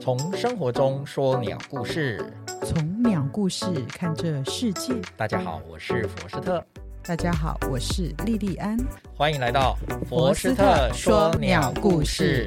从生活中说鸟故事。从鸟故事看这世界。大家好，我是佛斯特，大家好，我是莉莉安。欢迎来到佛斯特说鸟故事。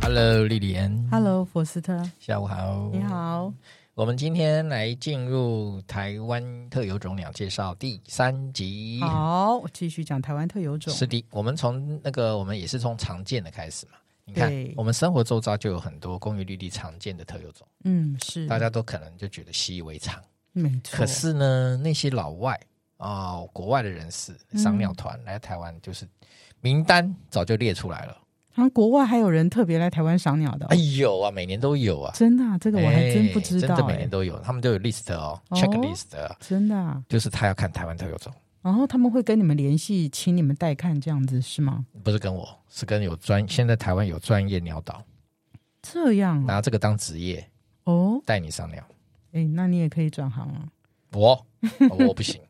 Hello，莉莉安 Hello，佛斯特，下午好。你。好。我们今天来进入台湾特有种鸟介绍第三集。好，我继续讲台湾特有种。是的，我们从那个我们也是从常见的开始嘛。你看对，我们生活周遭就有很多公寓绿地常见的特有种，嗯，是，大家都可能就觉得习以为常。没错。可是呢，那些老外啊、国外的人士、赏鸟团嗯来台湾，就是名单早就列出来了。啊，国外还有人特别来台湾赏鸟的哦、哎，有啊，每年都有啊，真的啊、这个我还真不哎知道、真的每哎年都有，他们都有 list 哦哦，checklist，啊、真的啊。就是他要看台湾特有种，然后他们会跟你们联系，请你们带看这样子是吗？不是跟我，是跟有专，现在台湾有专业鸟导，这样啊拿这个当职业哦，带你上鸟。哎，那你也可以转行啊。我我不 行，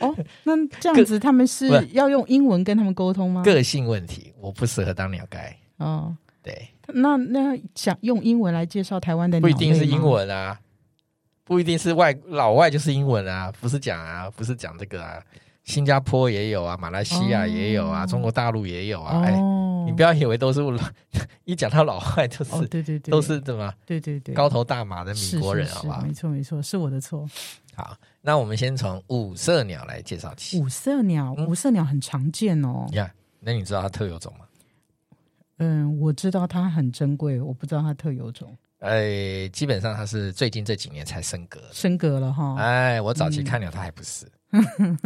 哦，那这样子他们是不是要用英文跟他们沟通吗？个性问题，我不适合当鸟guy。哦，对，那那想用英文来介绍台湾的，不一定是英。文啊，不一定是外老外就是英文啊，不是讲啊，不是讲这个啊，新加坡也有啊，马来西亚也有啊，哦中国大陆也有啊，哎、哦，你不要以为都是 老一讲到老外就是、哦，对对对，都是怎么对对对，高头大马的是米国人，是好是不好？没错没错，是我的错。好，那我们先从五色鸟来介绍起。五色鸟，嗯五色鸟很常见哦你。看，那你知道它特有种吗？嗯，我知道它很珍贵，我不知道它特有种，哎，基本上它是最近这几年才升格的。升格了哈。哎，我早期看鸟，它还不是。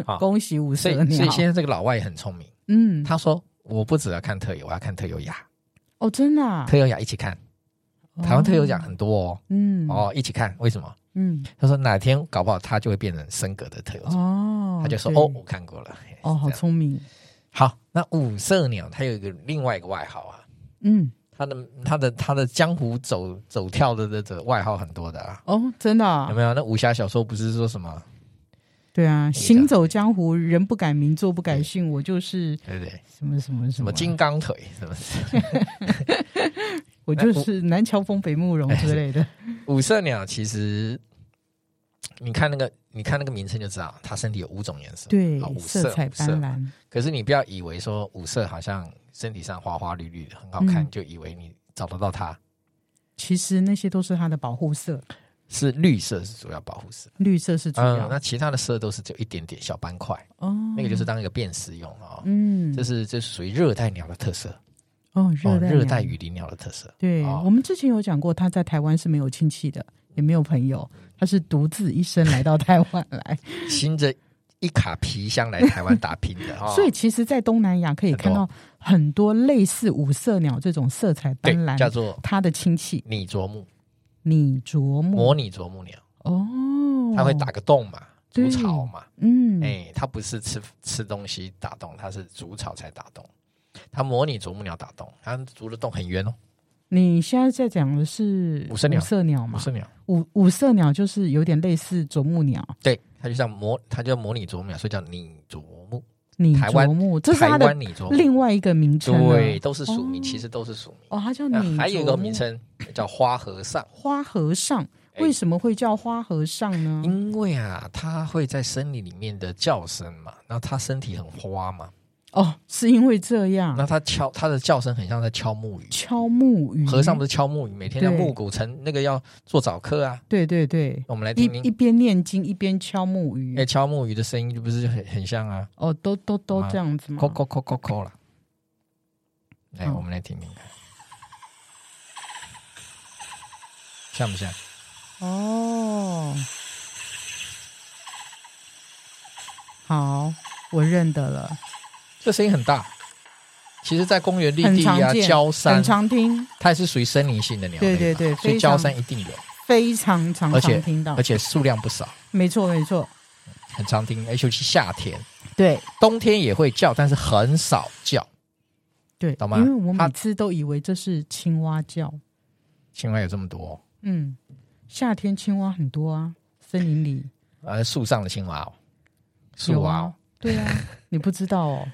好恭喜嗯五所以色，所鸟以。现在这个老外也很聪明，嗯，他说：“我不只要看特有，我要看特有雅，哦，真的啊，特有雅一起看。台湾特有奖。雅很多哦，嗯，哦，一起看。为什么？嗯，他说哪天搞不好它就会变成升格的特有种。哦，他就说：对哦，我看过了。嘿哦，是好这样聪明。好。那五色鸟它有一个另外一个外号啊，嗯，它的它的它的江湖走走跳的这这外号很多的啊，哦，真的啊有，没有？那武侠小说不是说什么对啊，个行走江湖，人不改名，坐不改姓，我就是对不对？什么啊什么什什么么金刚腿什么？我哎就是南乔峰北慕容之类的。五色鸟其实，你看那个，你看那个名称就知道，它身体有五种颜色，对啊，五色色彩五色斑斓，可是你不要以为说五色好像身体上花花绿绿的很好看，嗯就以为你找得到它。其实那些都是它的保护色，是绿色是主要保护色，绿色是主嗯要，。那其他的色都是只有一点点小斑块，哦，那个就是当一个辨识用哦。嗯，这是这是属于热带鸟的特色哦，哦，热带热带鸟。雨林鸟的特 色。对哦我们之前有讲过，它在台湾是没有亲戚的，也没有朋友，它是独自一生来到台湾来。拎着一卡皮箱来台湾打拼的 哦，所以其实，在东南亚可以看到很多类似五色鸟这种色彩斑对叫斓，做它的亲戚拟啄木，拟啄木模拟啄木鸟。哦，它会打个洞嘛，筑对巢嘛，嗯，哎、它不是吃吃东西打洞，它是筑巢才打洞。它模拟啄木鸟打洞，它筑的洞很圆哦，你现在在讲的是五色鸟五色鸟不嘛？是鸟。五五色鸟就是有点类似啄木鸟，对，它就像模，它就模拟啄木鸟，所以叫拟啄木。拟台湾啄木，这是台它的湾拟啄木，另外一个名称了。对，都是属名，哦其实都是属名。哦，它叫拟那啄木。还有一个名称 叫花和尚，花和尚，哎为什么会叫花和尚呢？因为啊，它会在森林里面的叫声嘛，然后它身体很花嘛，哦，是因为这样那它敲它的叫声很像在敲木鱼。敲木鱼，和尚不是敲木鱼，每天在对木古城那个要做早课啊。对对对，我们来一听一听，边念经一边敲木鱼哎、，敲木鱼的声音就不是很很像啊，哦，都都都啊这样子嘛扣。扣扣扣扣啦。哎、嗯我们来听听看，像不像？哦，好，我认得了。这声音很大。其实，在公园绿很地啊常、见焦山很，常听，它也是属于森林性的鸟类嘛，对对对所以非焦常嗯山一定有，非常常而且常听到而，且数量不少，没错没错，很常听，尤其夏天。对冬天也会叫，但是很少叫。对，懂吗因为我它每次都以为这是青蛙叫，青蛙有这么多、哦，嗯，夏天青蛙很多啊，森林里呃，树上的青蛙哦，树有蛙、啊哦 啊，对啊，你不知道哦，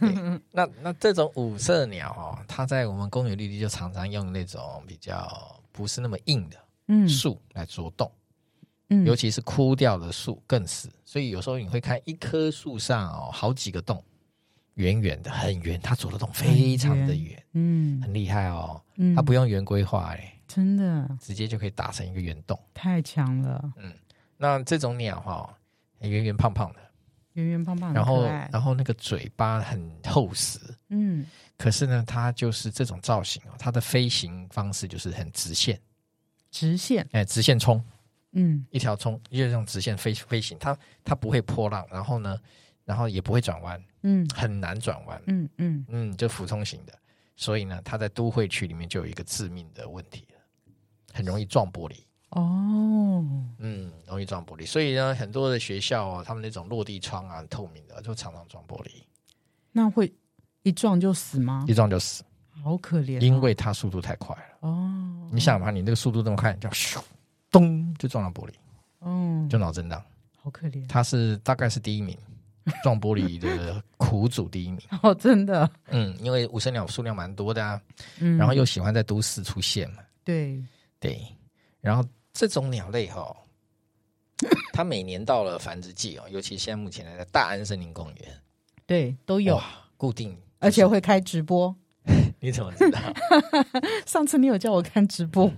对那那这种五色鸟哦，它在我们公园绿地就常常用那种比较不是那么硬的嗯树来啄动，嗯尤其是枯掉的树更是。所以有时候你会看一棵树上哦，好几个洞，圆圆的，很圆，它啄的洞非常的很圆，嗯很厉害哦。嗯，它不用圆规划，哎，真的直接就可以打成一个圆洞。太强了，那这种鸟哈、哦，圆圆胖胖的，圆圆胖胖，然很后可爱然后那个嘴巴很厚实，嗯可是呢，它就是这种造型哦，它的飞行方式就是很直线，直线，哎、直线冲，嗯一条冲，就是这种直线飞飞行，它它不会波浪，然后呢，然后也不会转弯，嗯很难转弯，嗯嗯，嗯，就俯冲型的，所以呢，它在都会区里面就有一个致命的问题了，很容易撞玻璃。哦，嗯，容易撞玻璃，所以呢，很多的学校哦，他们那种落地窗啊，透明的，就常常撞玻璃，那会一撞就死吗？一撞就死，好可怜哦，因为它速度太快了。哦，你想嘛，你那个速度这么快，叫咻，咚就撞到玻璃，哦，就脑震荡。好可怜，他是大概是第一名，撞玻璃的苦主第一名。哦，真的，嗯，因为无声鸟数量蛮多的啊，嗯，然后又喜欢在都市出现嘛，对，对。然后这种鸟类哈、它每年到了繁殖季哦，尤其现在目前在大安森林公园对，都有，哇固定，而且会开直播。你怎么知道？上次你有叫我看直播，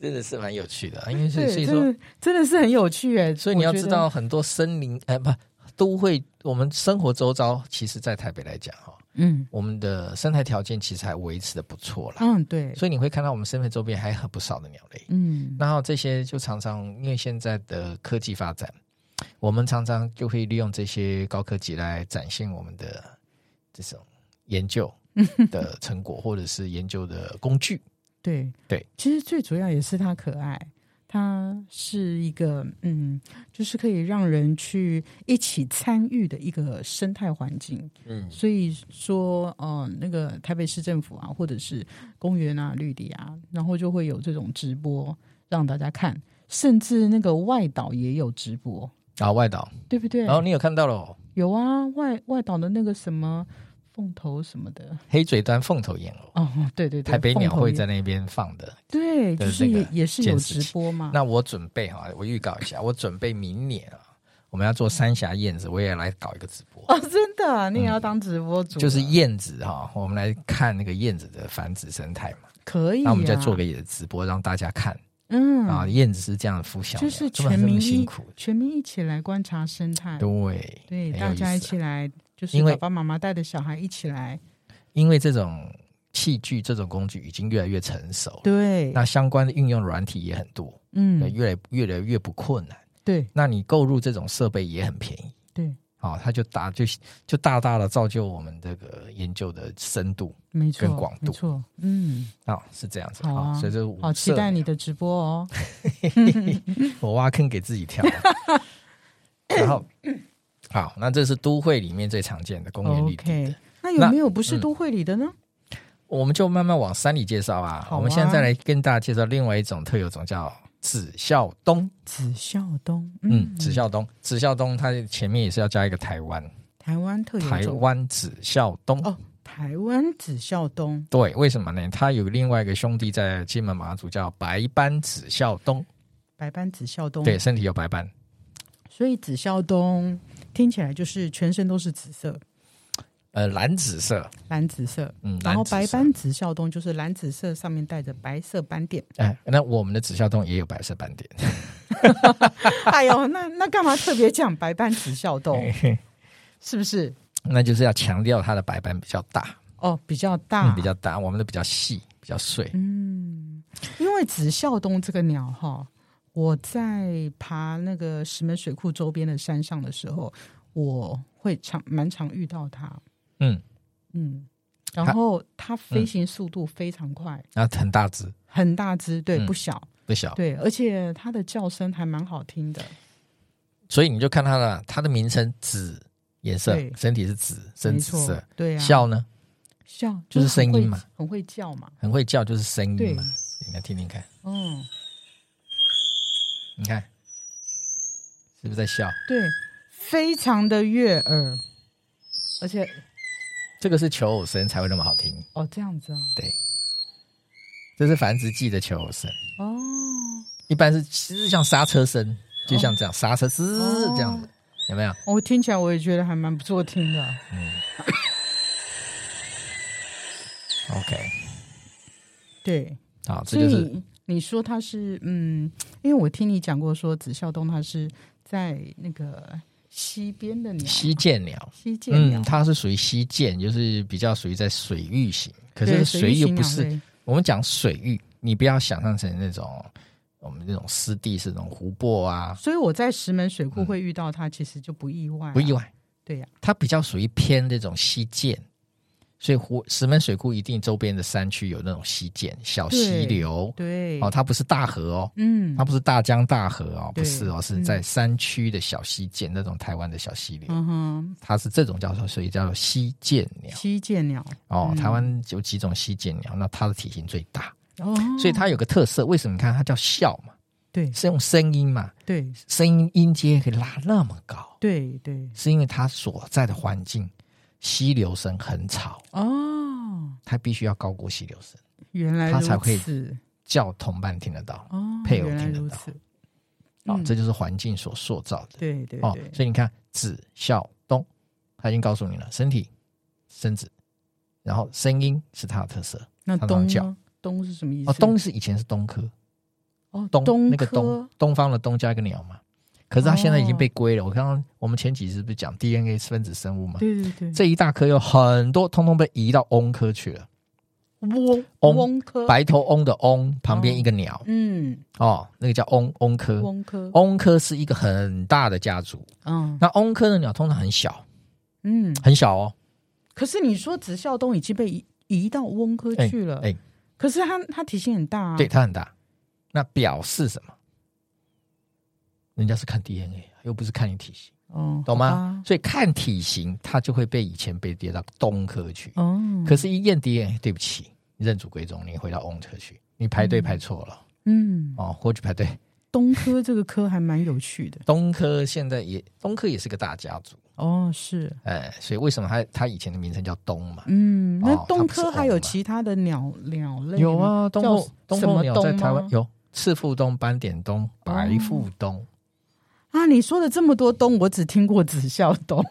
真的嗯是蛮有趣的，啊因为所以对，所以真说，的真的是很有趣哎。所以你要我觉知得，道很多森林，哎，不，都会我们生活周遭，其实在台北来讲哈、哦，嗯我们的生态条件其实还维持的不错啦。嗯，对，所以你会看到我们身边周边还很不少的鸟类。嗯然后这些就常常因为现在的科技发展，我们常常就会利用这些高科技来展现我们的这种研 究的成果，或者是研究的工具。对对，其实最主要也是它可爱，它是一个嗯，就是可以让人去一起参与的一个生态环境。嗯所以说，呃，那个台北市政府啊，或者是公园啊、绿地啊，然后就会有这种直播让大家看，甚至那个外岛也有直播，啊，外岛，对不对？然后你有看到了哦有啊，外外岛的那个什么凤头什么的，黑嘴端凤头燕鸥，哦，对对对，台北鸟凤头会也在那边放的。对，的就是那个也也是有监视直器播嘛。那我准备哈，我预告一下，我准备明年啊，我们要做三峡燕子，我也来搞一个直播。哦，真的啊、你也要当直播主嗯啊、就是燕子哈、我们来看那个燕子的繁殖生态嘛。可以、啊，那我们再做个直播让大家看、嗯啊，燕子是这样的孵小鸟，就是这么全民这么一辛苦，全民一起来观察生态，对，对，很有大家意一思啊起来，就是因为爸爸妈妈带着小孩一起来，因为这种器具、这种工具已经越来越成熟了，对，哦那相关的运用软体也很多，嗯，越来越来越不困难。对那你购入这种设备也很便宜，对，啊，它就大就就大大的造就我们这个研究的深度没错，更广度没错，嗯，啊，是这样子好啊所以这五好期色待你的直播哦，我挖坑给自己 跳。然后，好，那这是都会里面最常见的公园绿地的 OK 那有那没有不是嗯都会里的呢？我们就慢慢往山里介绍啊。好啊我们现在再来跟大家介绍另外一种特有种叫紫孝东。紫孝东，嗯，紫孝东，紫孝东，它前面也是要加一个台湾，台湾特有台种，湾紫孝东。哦台湾紫孝东，对，为什么呢？它有另外一个兄弟在金门马祖叫白斑紫孝东，白斑紫孝东，对，身体有白斑，所以紫孝东听起来就是全身都是紫色，呃，蓝紫色，蓝紫色。嗯，然后蓝紫色白，斑紫孝东就是蓝紫色，上面带着白色斑点。 哎，那我们的紫孝东也有白色斑点。哎呦，那那干嘛特别讲白斑紫孝 东？哎是不是？那就是要强调它的白斑比较大，哦，比较大，嗯，嗯比较大，我们的比较细，比较碎。因为紫孝东这个鸟哈，我在爬那个石门水库周边的山上的时候，我会常蛮常遇到它。嗯，嗯，然后它飞行速度非常快，然后很大只，很大只，对，嗯不小，不小，对，而且它的叫声还蛮好听的。所以你就看它的它的名称紫颜色对，身体是紫，深没紫错，色。对啊，笑呢，笑就是很声会音嘛，很会叫嘛，很会叫，就是声对音嘛。你来听听看，嗯，你看是不是在笑？对，非常的悦耳，而且这个是求偶声才会那么好听，哦，这样子啊，这是繁殖季的求偶声，哦，一般是其实像刹车声，就像这样刹车嘶哦这样子，有没有？我听起来我也觉得还蛮不错听的。 OK，对，好，这所以就是你你说他是嗯，因为我听你讲过说紫孝东他是在那个西边的鸟，西涧鸟。西界鸟嗯，，它是属于西涧，就是比较属于在水域型。可对是水水域又型不鸟是类我们讲水域，你不要想象成那种哦我们这种湿地是那种湖泊啊，所以我在石门水库嗯会遇到它，其实就不意外、啊不意。外，对呀、它比较属于偏这种溪涧，所以湖石门水库一定周边的山区有那种溪涧、小溪流对，哦，它不是大河哦，嗯它，不是大江大河哦，不对嗯是哦，是在山区的小溪涧，那种台湾的小溪流，嗯哼，它是这种叫做，所以叫做溪涧鸟西界鸟，哦。嗯台湾有几种溪涧鸟，那它的体型最大，哦，所以它有个特色，为什么你看它叫笑嘛，对是用声音嘛。对声音音阶可以拉那么高，对对，是因为它所在的环境溪流声很吵，哦，它必须要高过溪流声，原来它如才会此，叫同伴听得到。哦，配偶原来听得如到此，哦嗯，这就是环境所塑造的。对对哦对，，所以你看子孝东，他已经告诉你了，身体身子，然后声音是它的特色。那常常东叫呢？东是什么意思？哦，东是以前是东科，哦东东那个科东东方的东加一个鸟嘛，可是它现在已经哦被归了。我刚刚我们前几集不是讲 DNA 分子生物嘛，对对对，这一大颗有很多，通通被移到翁科去了。翁翁翁科，白头翁的翁旁边一个鸟嗯，哦那个叫翁翁科。翁科，翁科是一个很大的家族，嗯那翁科的鸟通常很小，嗯。很小哦。可是你说紫孝东已经被移移到翁科哎去了，哎可是它它体型很大啊，对，它很大。那表示什么？人家是看 DNA，又不是看你体型，哦，懂好吗吧？？所以看体型，它就会被以前被列到东科去。哦，可是，一验 DNA，对不起，认祖归宗，你回到翁科去，你排队排错了、嗯，哦，或去排队。东科这个科还蛮有趣的东科现在也东科也是个大家族，哦，是，哎，所以为什么它它以前的名称叫东嘛？嗯，那哦它东不是科还有翁嘛其他的鸟鸟类有吗，啊，东嗯叫后东什么后鸟在东台湾吗有赤腹东、斑点东、白腹东，哦啊，你说的这么多东，我只听过紫孝东，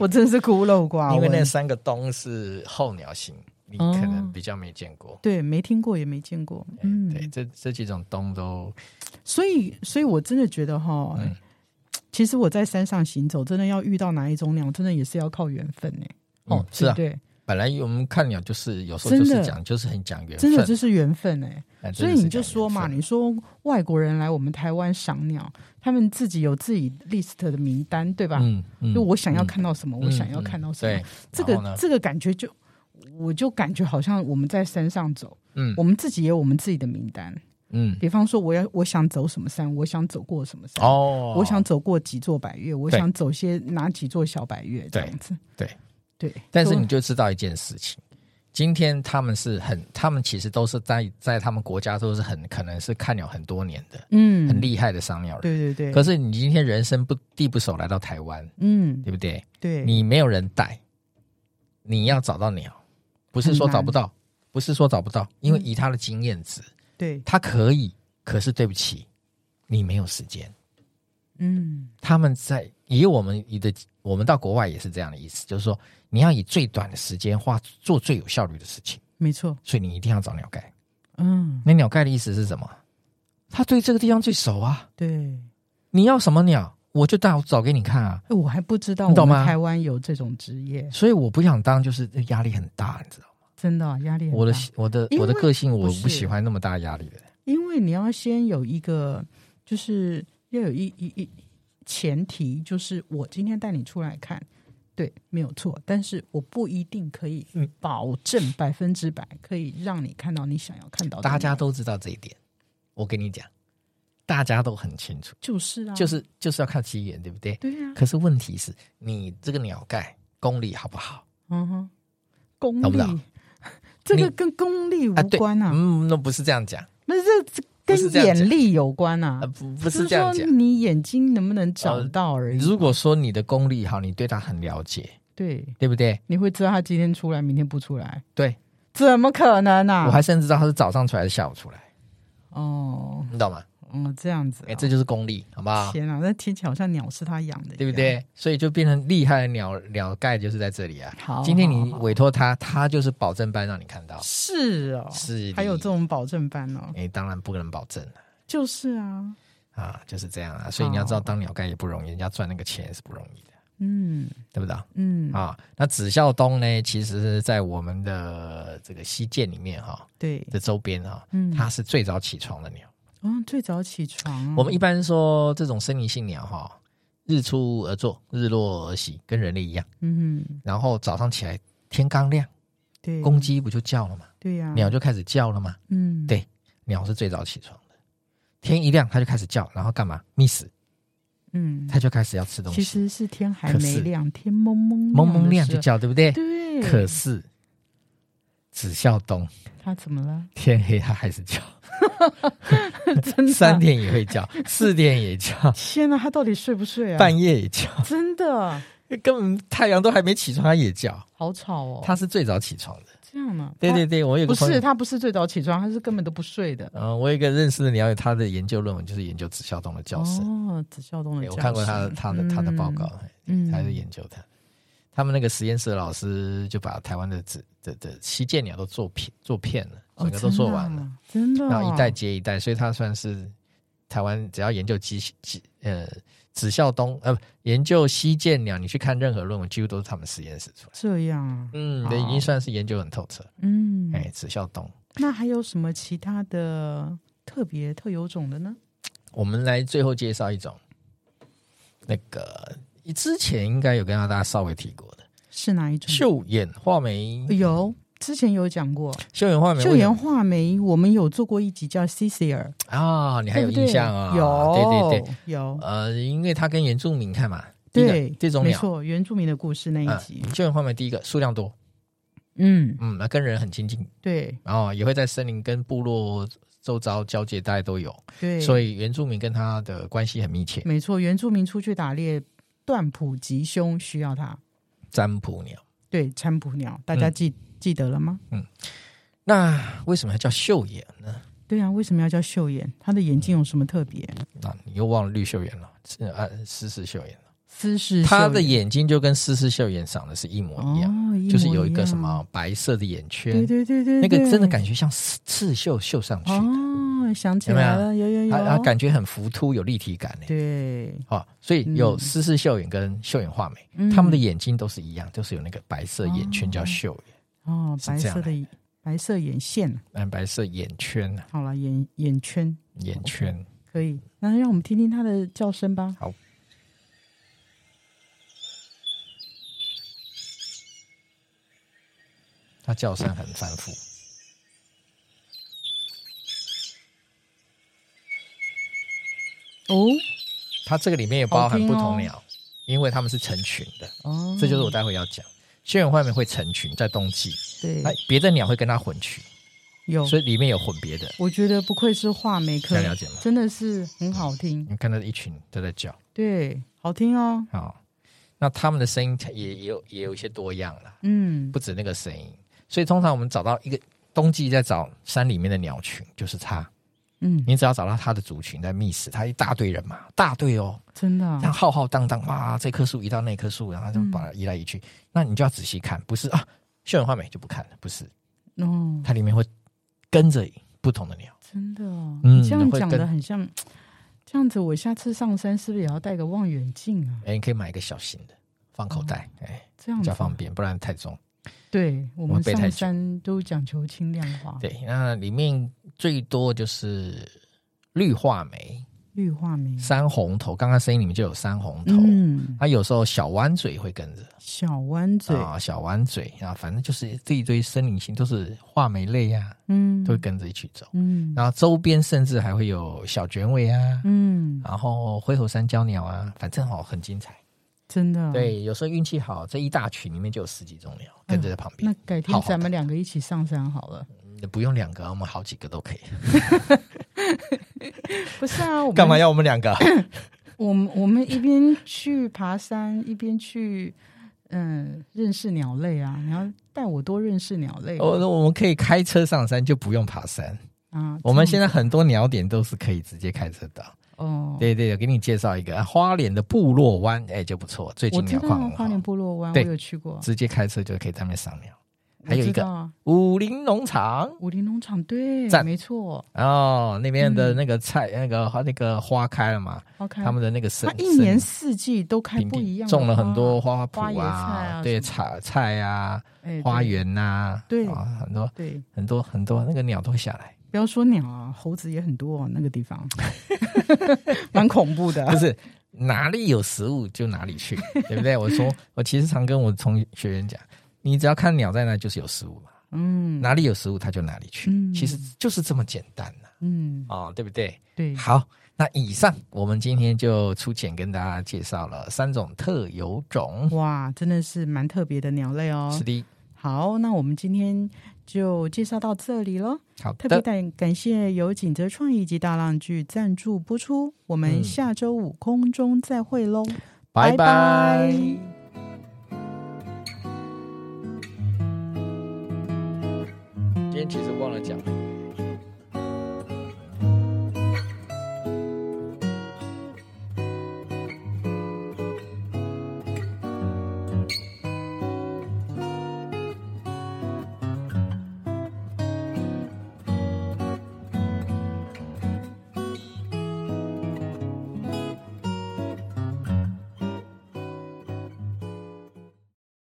我真是孤陋寡因为闻，那三个东是候鸟型，你可能哦比较没见过。对没听过也没见过，嗯，对，这这几种东都所以，所以我真的觉得哈，嗯其实我在山上行走，真的要遇到哪一种鸟，真的也是要靠缘分呢、嗯哦，是啊对不本来我们看鸟就是有时候就真是的讲就是很讲缘分对，真，的就是缘分哎、哎所真以的是你就讲缘说嘛，分你说外国人来我们台湾赏鸟，他们自己有自己 list 的名单，对吧？嗯嗯就我想要看到什么，嗯我想要嗯看到什么，对这然后个呢这个感觉就，我就感觉好像我们在山上走，嗯我们自己也有我们自己的名单。嗯比方说，我要我想走什么山，我想走过什么山，哦，我想走过几座百越，我想走些哪几座小百越这样子。对对，但是都你就知道一件事情，今天他们是很，他们其实都是在在他们国家都是很可能是看鸟很多年的，嗯很厉害的赏鸟人。对对对，可是你今天人生不地不熟来到台湾，嗯对不对？对，你没有人带，你要找到鸟，不是很说难嗯找不到，不是说找不到，因为以他的经验值，对他可以，可是对不起，你没有时间。嗯他们在以我们以的，我们到国外也是这样的意思，就是说你要以最短的时间花做最有效率的事情，没错，所以你一定要找鸟盖。嗯那鸟盖的意思是什么？他对这个地方最熟啊，对。你要什么鸟，我就带找给你看啊。哎我还不知道你我懂们吗台湾有这种职业，所以我不想当，就是压力很大，你知道吗？真的啊压力很大。我的我的因为我的个性，不我是不喜欢那么大压力的。因为你要先有一个，就是要有一一一前提，就是我今天带你出来看，对，没有错，但是我不一定可以嗯保证百分之百可以让你看到你想要看到的。大家都知道这一点，我跟你讲，大家都很清楚，就是啊，就是就是要看机缘，对不对？对呀、啊，可是问题是你这个鸟盖功力好不好？嗯哼，功懂不利懂， 这个你跟功利无啊，对，关啊，嗯，那不是这样讲，那、这不是这这跟样讲眼力有关啊呃，，不不就是这样说讲。呃你眼睛能不能找到而已。如果说你的功力好，你对它很了解，对，对不对？你会知道他今天出来，明天不出来，对，怎么可能啊？我还甚至知道他是早上出来，还是下午出来，哦，你知道吗？嗯，这样子、哦，哎、这就是功力，好不好？天啊，那听起来好像鸟是他养的，对不？对？所以就变成厉害的鸟鸟盖就是在这里啊。好，今天你好好委托他，他就是保证班让你看到，是哦，是还有的这种保证班哦，哎、当然不能保证了就是啊，啊，就是这样啊。所以你要知道，当鸟盖也不容易，人家赚那个钱也是不容易的，嗯对不对？嗯，啊，那紫孝东呢，其实是在我们的这个西涧里面哈、对，的周边哈、嗯，它是最早起床的鸟。哦，最早起床哦，我们一般说这种森林性鸟哈、日出而作，日落而息，跟人类一样。嗯哼，然后早上起来天刚亮，对，嗯公鸡不就叫了吗？对呀、鸟就开始叫了吗？嗯，对鸟是最早起床的，天一亮它就开始叫，然后干嘛？觅食，嗯，它就开始要吃东其西，实是天还可没是亮，天蒙蒙蒙蒙亮的就时叫，对不对候，？对，可是紫孝东他怎么了？天黑它还是叫，真的三点也会 叫，四点也叫，天哪，他到底睡不睡啊？半夜也叫，真的 根本太阳都还没起床它也叫，好吵哦，它是最早起床的。啊这样呢？对他对对，我有个不朋友是，他不是最早起床，他是根本都不睡的。嗯、我有一个认识的鸟友，他的研究论文就是研究紫孝东的叫声。哦，紫孝东的欸叫我声、看过他的他的他的报告，嗯，嗯，他就研究他。他们那个实验室的老师就把台湾的紫的的西涧鸟都做片做片了，整哦个都做完了，了，啊真的哦、然后一代接一代，所以他算是台湾只要研究鸡鸡呃紫孝东呃不研究西涧鸟，你去看任何论文，几乎都是他们实验室出来。这样啊，嗯，好对，已经算是研究很透彻。嗯，哎、紫孝东，那还有什么其他的特别特有种的呢？我们来最后介绍一种，那个之前应该有跟大家稍微提过的是哪一种？绣眼画眉。有，之前有讲过秀妍画眉为什么，哎秀妍画眉，我们有做过一集叫 C C R，啊，你还有对不对印象啊？有，对对对，对，有，呃，因为它跟原住民看嘛，第一个对，这种没鸟，嗯错，原住民的故事那一集，秀妍画眉第一个数量多，嗯，嗯，那跟人很亲近，对然后也会在森林跟部落周遭交界，大家都有，对，所以以原住民跟它的关系很密切。没错，原住民出去打猎，断捕吉凶需要它，占卜鸟，对，参捕鸟，大家嗯记、记得了吗？那为什么要叫秀妍呢？对啊，为什么要叫秀妍？她的眼睛有什么特别？那、你又忘了绿秀妍了，是啊，狮子秀妍，姿势，它的眼睛就跟狮子秀妍长得是一模一样，哦，一就是模有一个样什么，白色的眼圈，对对对对，那个对真的感觉像刺刺绣绣上去的。哦，想起来了，有有有，它它感觉很浮凸，有立体感呢。欸对，哦，所以有嗯狮氏秀眼跟秀眼画眉，嗯他们的眼睛都是一样，就是有那个白色眼圈哦叫秀眼，哦，是白这样色的白色眼线，嗯，白色眼圈呢，好了，眼眼圈眼圈。可以，那让我们听听它的叫声吧。好，它叫声很反复。哦它这个里面也包含不好听同哦鸟，因为它们是成群的，哦，这就是我待会要讲。秀眼画眉会成群，在冬季，对哎，别的鸟会跟它混群，有，所以里面有混别的，我觉得不愧是画眉这科，样了解吗？真的是很好听，你看到一群都在叫。对，好听哦，好，那他们的声音也也有也有一些多样啦，嗯不止那个声音。所以通常我们找到一个冬季在找山里面的鸟群，就是它。嗯，你只要找到它的族群在觅食，它一大堆人嘛，大队哦，真的这啊样浩浩荡荡，哇，这棵树移到那棵树，然后就把它移来移去。那你就要仔细看，不是啊，秀眼画眉就不看了，不是，哦，它里面会跟着不同的鸟。真的哦，嗯你这样会讲跟的很像，这样子我下次上山是不是也要带个望远镜啊？哎，你可以买一个小型的，放口袋，哎，这样比子较方便，不然太重。对我们们背太上久山都讲求轻量化，对，那里面最多就是绿画眉、绿化名。山红头，刚刚声音里面就有山红头。嗯，它有时候小弯嘴会跟着小弯嘴，啊，小弯嘴啊，反正就是这一堆森林性都是画眉类呀、嗯，都会跟着一起走。嗯然后周边甚至还会有小卷尾啊，嗯，然后灰喉山椒鸟啊，反正哦很精彩。真的。，啊对，有时候运气好，这一大群里面就有十几种鸟嗯跟着在旁边那，改天好好咱们两个一起上山好了。嗯不用两个，我们好几个都可以。不 是啊，我们干嘛？要我们两个？我们我们一边去爬山，一边去嗯，认识鸟类啊，你要带我多认识鸟类哦， 那我们可以开车上山，就不用爬山。啊。我们现在在很多鸟点都是可以直接开车到。哦，对对，我给你介绍一个啊花莲的部落湾，哎，就不错。最我近知鸟道况很花莲好，部落湾，我对有去过，直接开车就可以在那边赏鸟。我还有一知个道啊，武林农场武林农场，对，赞没错哦，那边嗯的那个菜，那个花那个花开了嘛， ，OK，他们的那个生嗯它一年生四季都开平不一地样的花，种了很多花花圃野菜啊对什菜菜啊，哎花对园呐，对啊，很多对，很多很多那个鸟都会下 来。不要说鸟啊，猴子也很多哦，那个地方 蛮恐怖的 就。是哪里有食物就哪里去，对不对？我说， 我其实常跟我同学员讲，你只要看鸟在那，就是有食物嘛，嗯哪里有食物它就哪里去，嗯其实就是这么简单呐、嗯，哦，对不对？对，好，那以上我们今天就粗浅跟大家介绍了三种特有种，哇，真的是蛮特别的鸟类哦。是的，好，那我们今天就介绍到这里喽。好特别的，感感谢由锦泽创意及大浪剧赞助播出，我嗯们下周五空中再会喽。拜拜拜拜今天其实忘了讲了，